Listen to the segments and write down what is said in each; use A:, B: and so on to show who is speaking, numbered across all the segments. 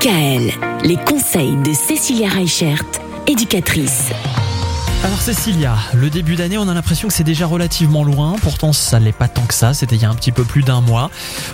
A: DKL, les conseils de Cécilia Reichert, éducatrice.
B: Alors Cécilia, le début d'année, on a l'impression que c'est déjà relativement loin, pourtant ça l'est pas tant que ça, c'était il y a un petit peu plus d'un mois.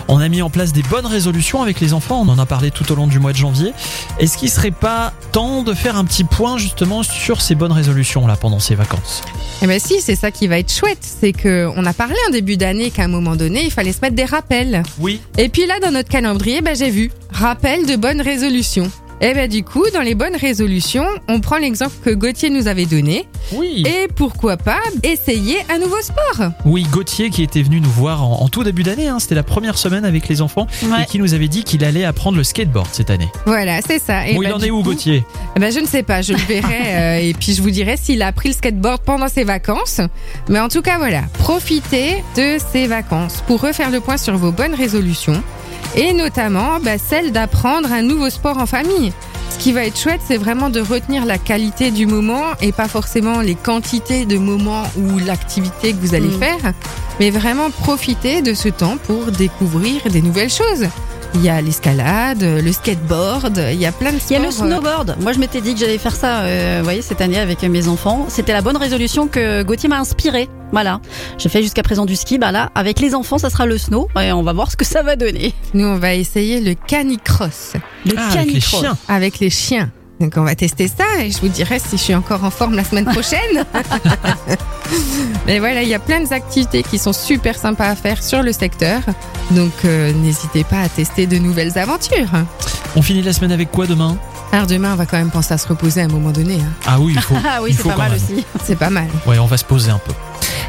B: On a mis en place des bonnes résolutions avec les enfants, on en a parlé tout au long du mois de janvier. Est-ce qu'il serait pas temps de faire un petit point justement sur ces bonnes résolutions là pendant ces vacances
C: Eh ben si, c'est ça qui va être chouette, c'est que on a parlé en début d'année qu'à un moment donné, il fallait se mettre des rappels.
B: Oui.
C: Et puis là, dans notre calendrier, ben, j'ai vu rappel de bonnes résolutions. Et ben du coup, dans les bonnes résolutions, on prend l'exemple que Gauthier nous avait donné.
B: Oui.
C: Et pourquoi pas essayer un nouveau sport
B: Oui, Gauthier qui était venu nous voir en, en tout début d'année, hein, c'était la première semaine avec les enfants et qui nous avait dit qu'il allait apprendre le skateboard cette année.
C: Voilà, c'est ça. Et
B: bon,
C: ben,
B: il en
C: du
B: est où
C: coup,
B: Gauthier
C: Eh ben, je ne sais pas, je le verrai euh, et puis je vous dirai s'il a pris le skateboard pendant ses vacances. Mais en tout cas, voilà, profitez de ces vacances pour refaire le point sur vos bonnes résolutions et notamment bah, celle d'apprendre un nouveau sport en famille. Ce qui va être chouette, c'est vraiment de retenir la qualité du moment et pas forcément les quantités de moments ou l'activité que vous allez
D: Mm.
C: faire, mais vraiment profiter de ce temps pour découvrir des nouvelles choses. Il y a l'escalade, le skateboard, il y a plein de sports.
D: Il y a le
C: euh,
D: snowboard. Moi, je m'étais dit que j'allais faire ça, euh, vous voyez, cette année avec mes enfants. C'était la bonne résolution que Gauthier m'a inspirée. Voilà. J'ai fait jusqu'à présent du ski. Bah là, avec les enfants, ça sera le snow. Et on va voir ce que ça va donner.
C: Nous, on va essayer le canicross
D: Le
B: Ah, avec les
D: canicross.
B: chiens.
C: avec les chiens. Donc, on va tester ça et je vous dirai si je suis encore en forme la semaine prochaine. Mais voilà, il y a plein d'activités qui sont super sympas à faire sur le secteur. Donc, euh, n'hésitez pas à tester de nouvelles aventures.
B: On finit la semaine avec quoi demain
C: Alors, demain, on va quand même penser à se reposer à un moment donné. hein.
B: Ah oui, il faut.
D: Ah oui,
B: il
D: c'est
B: faut
D: pas
B: quand
D: mal
B: même.
D: aussi.
C: C'est pas mal.
B: Ouais, on va se poser un peu.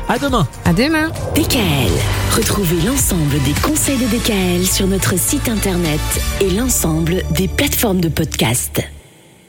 B: À demain.
C: À demain!
A: DKL, retrouvez l'ensemble des conseils de DKL sur notre site internet et l'ensemble des plateformes de podcast.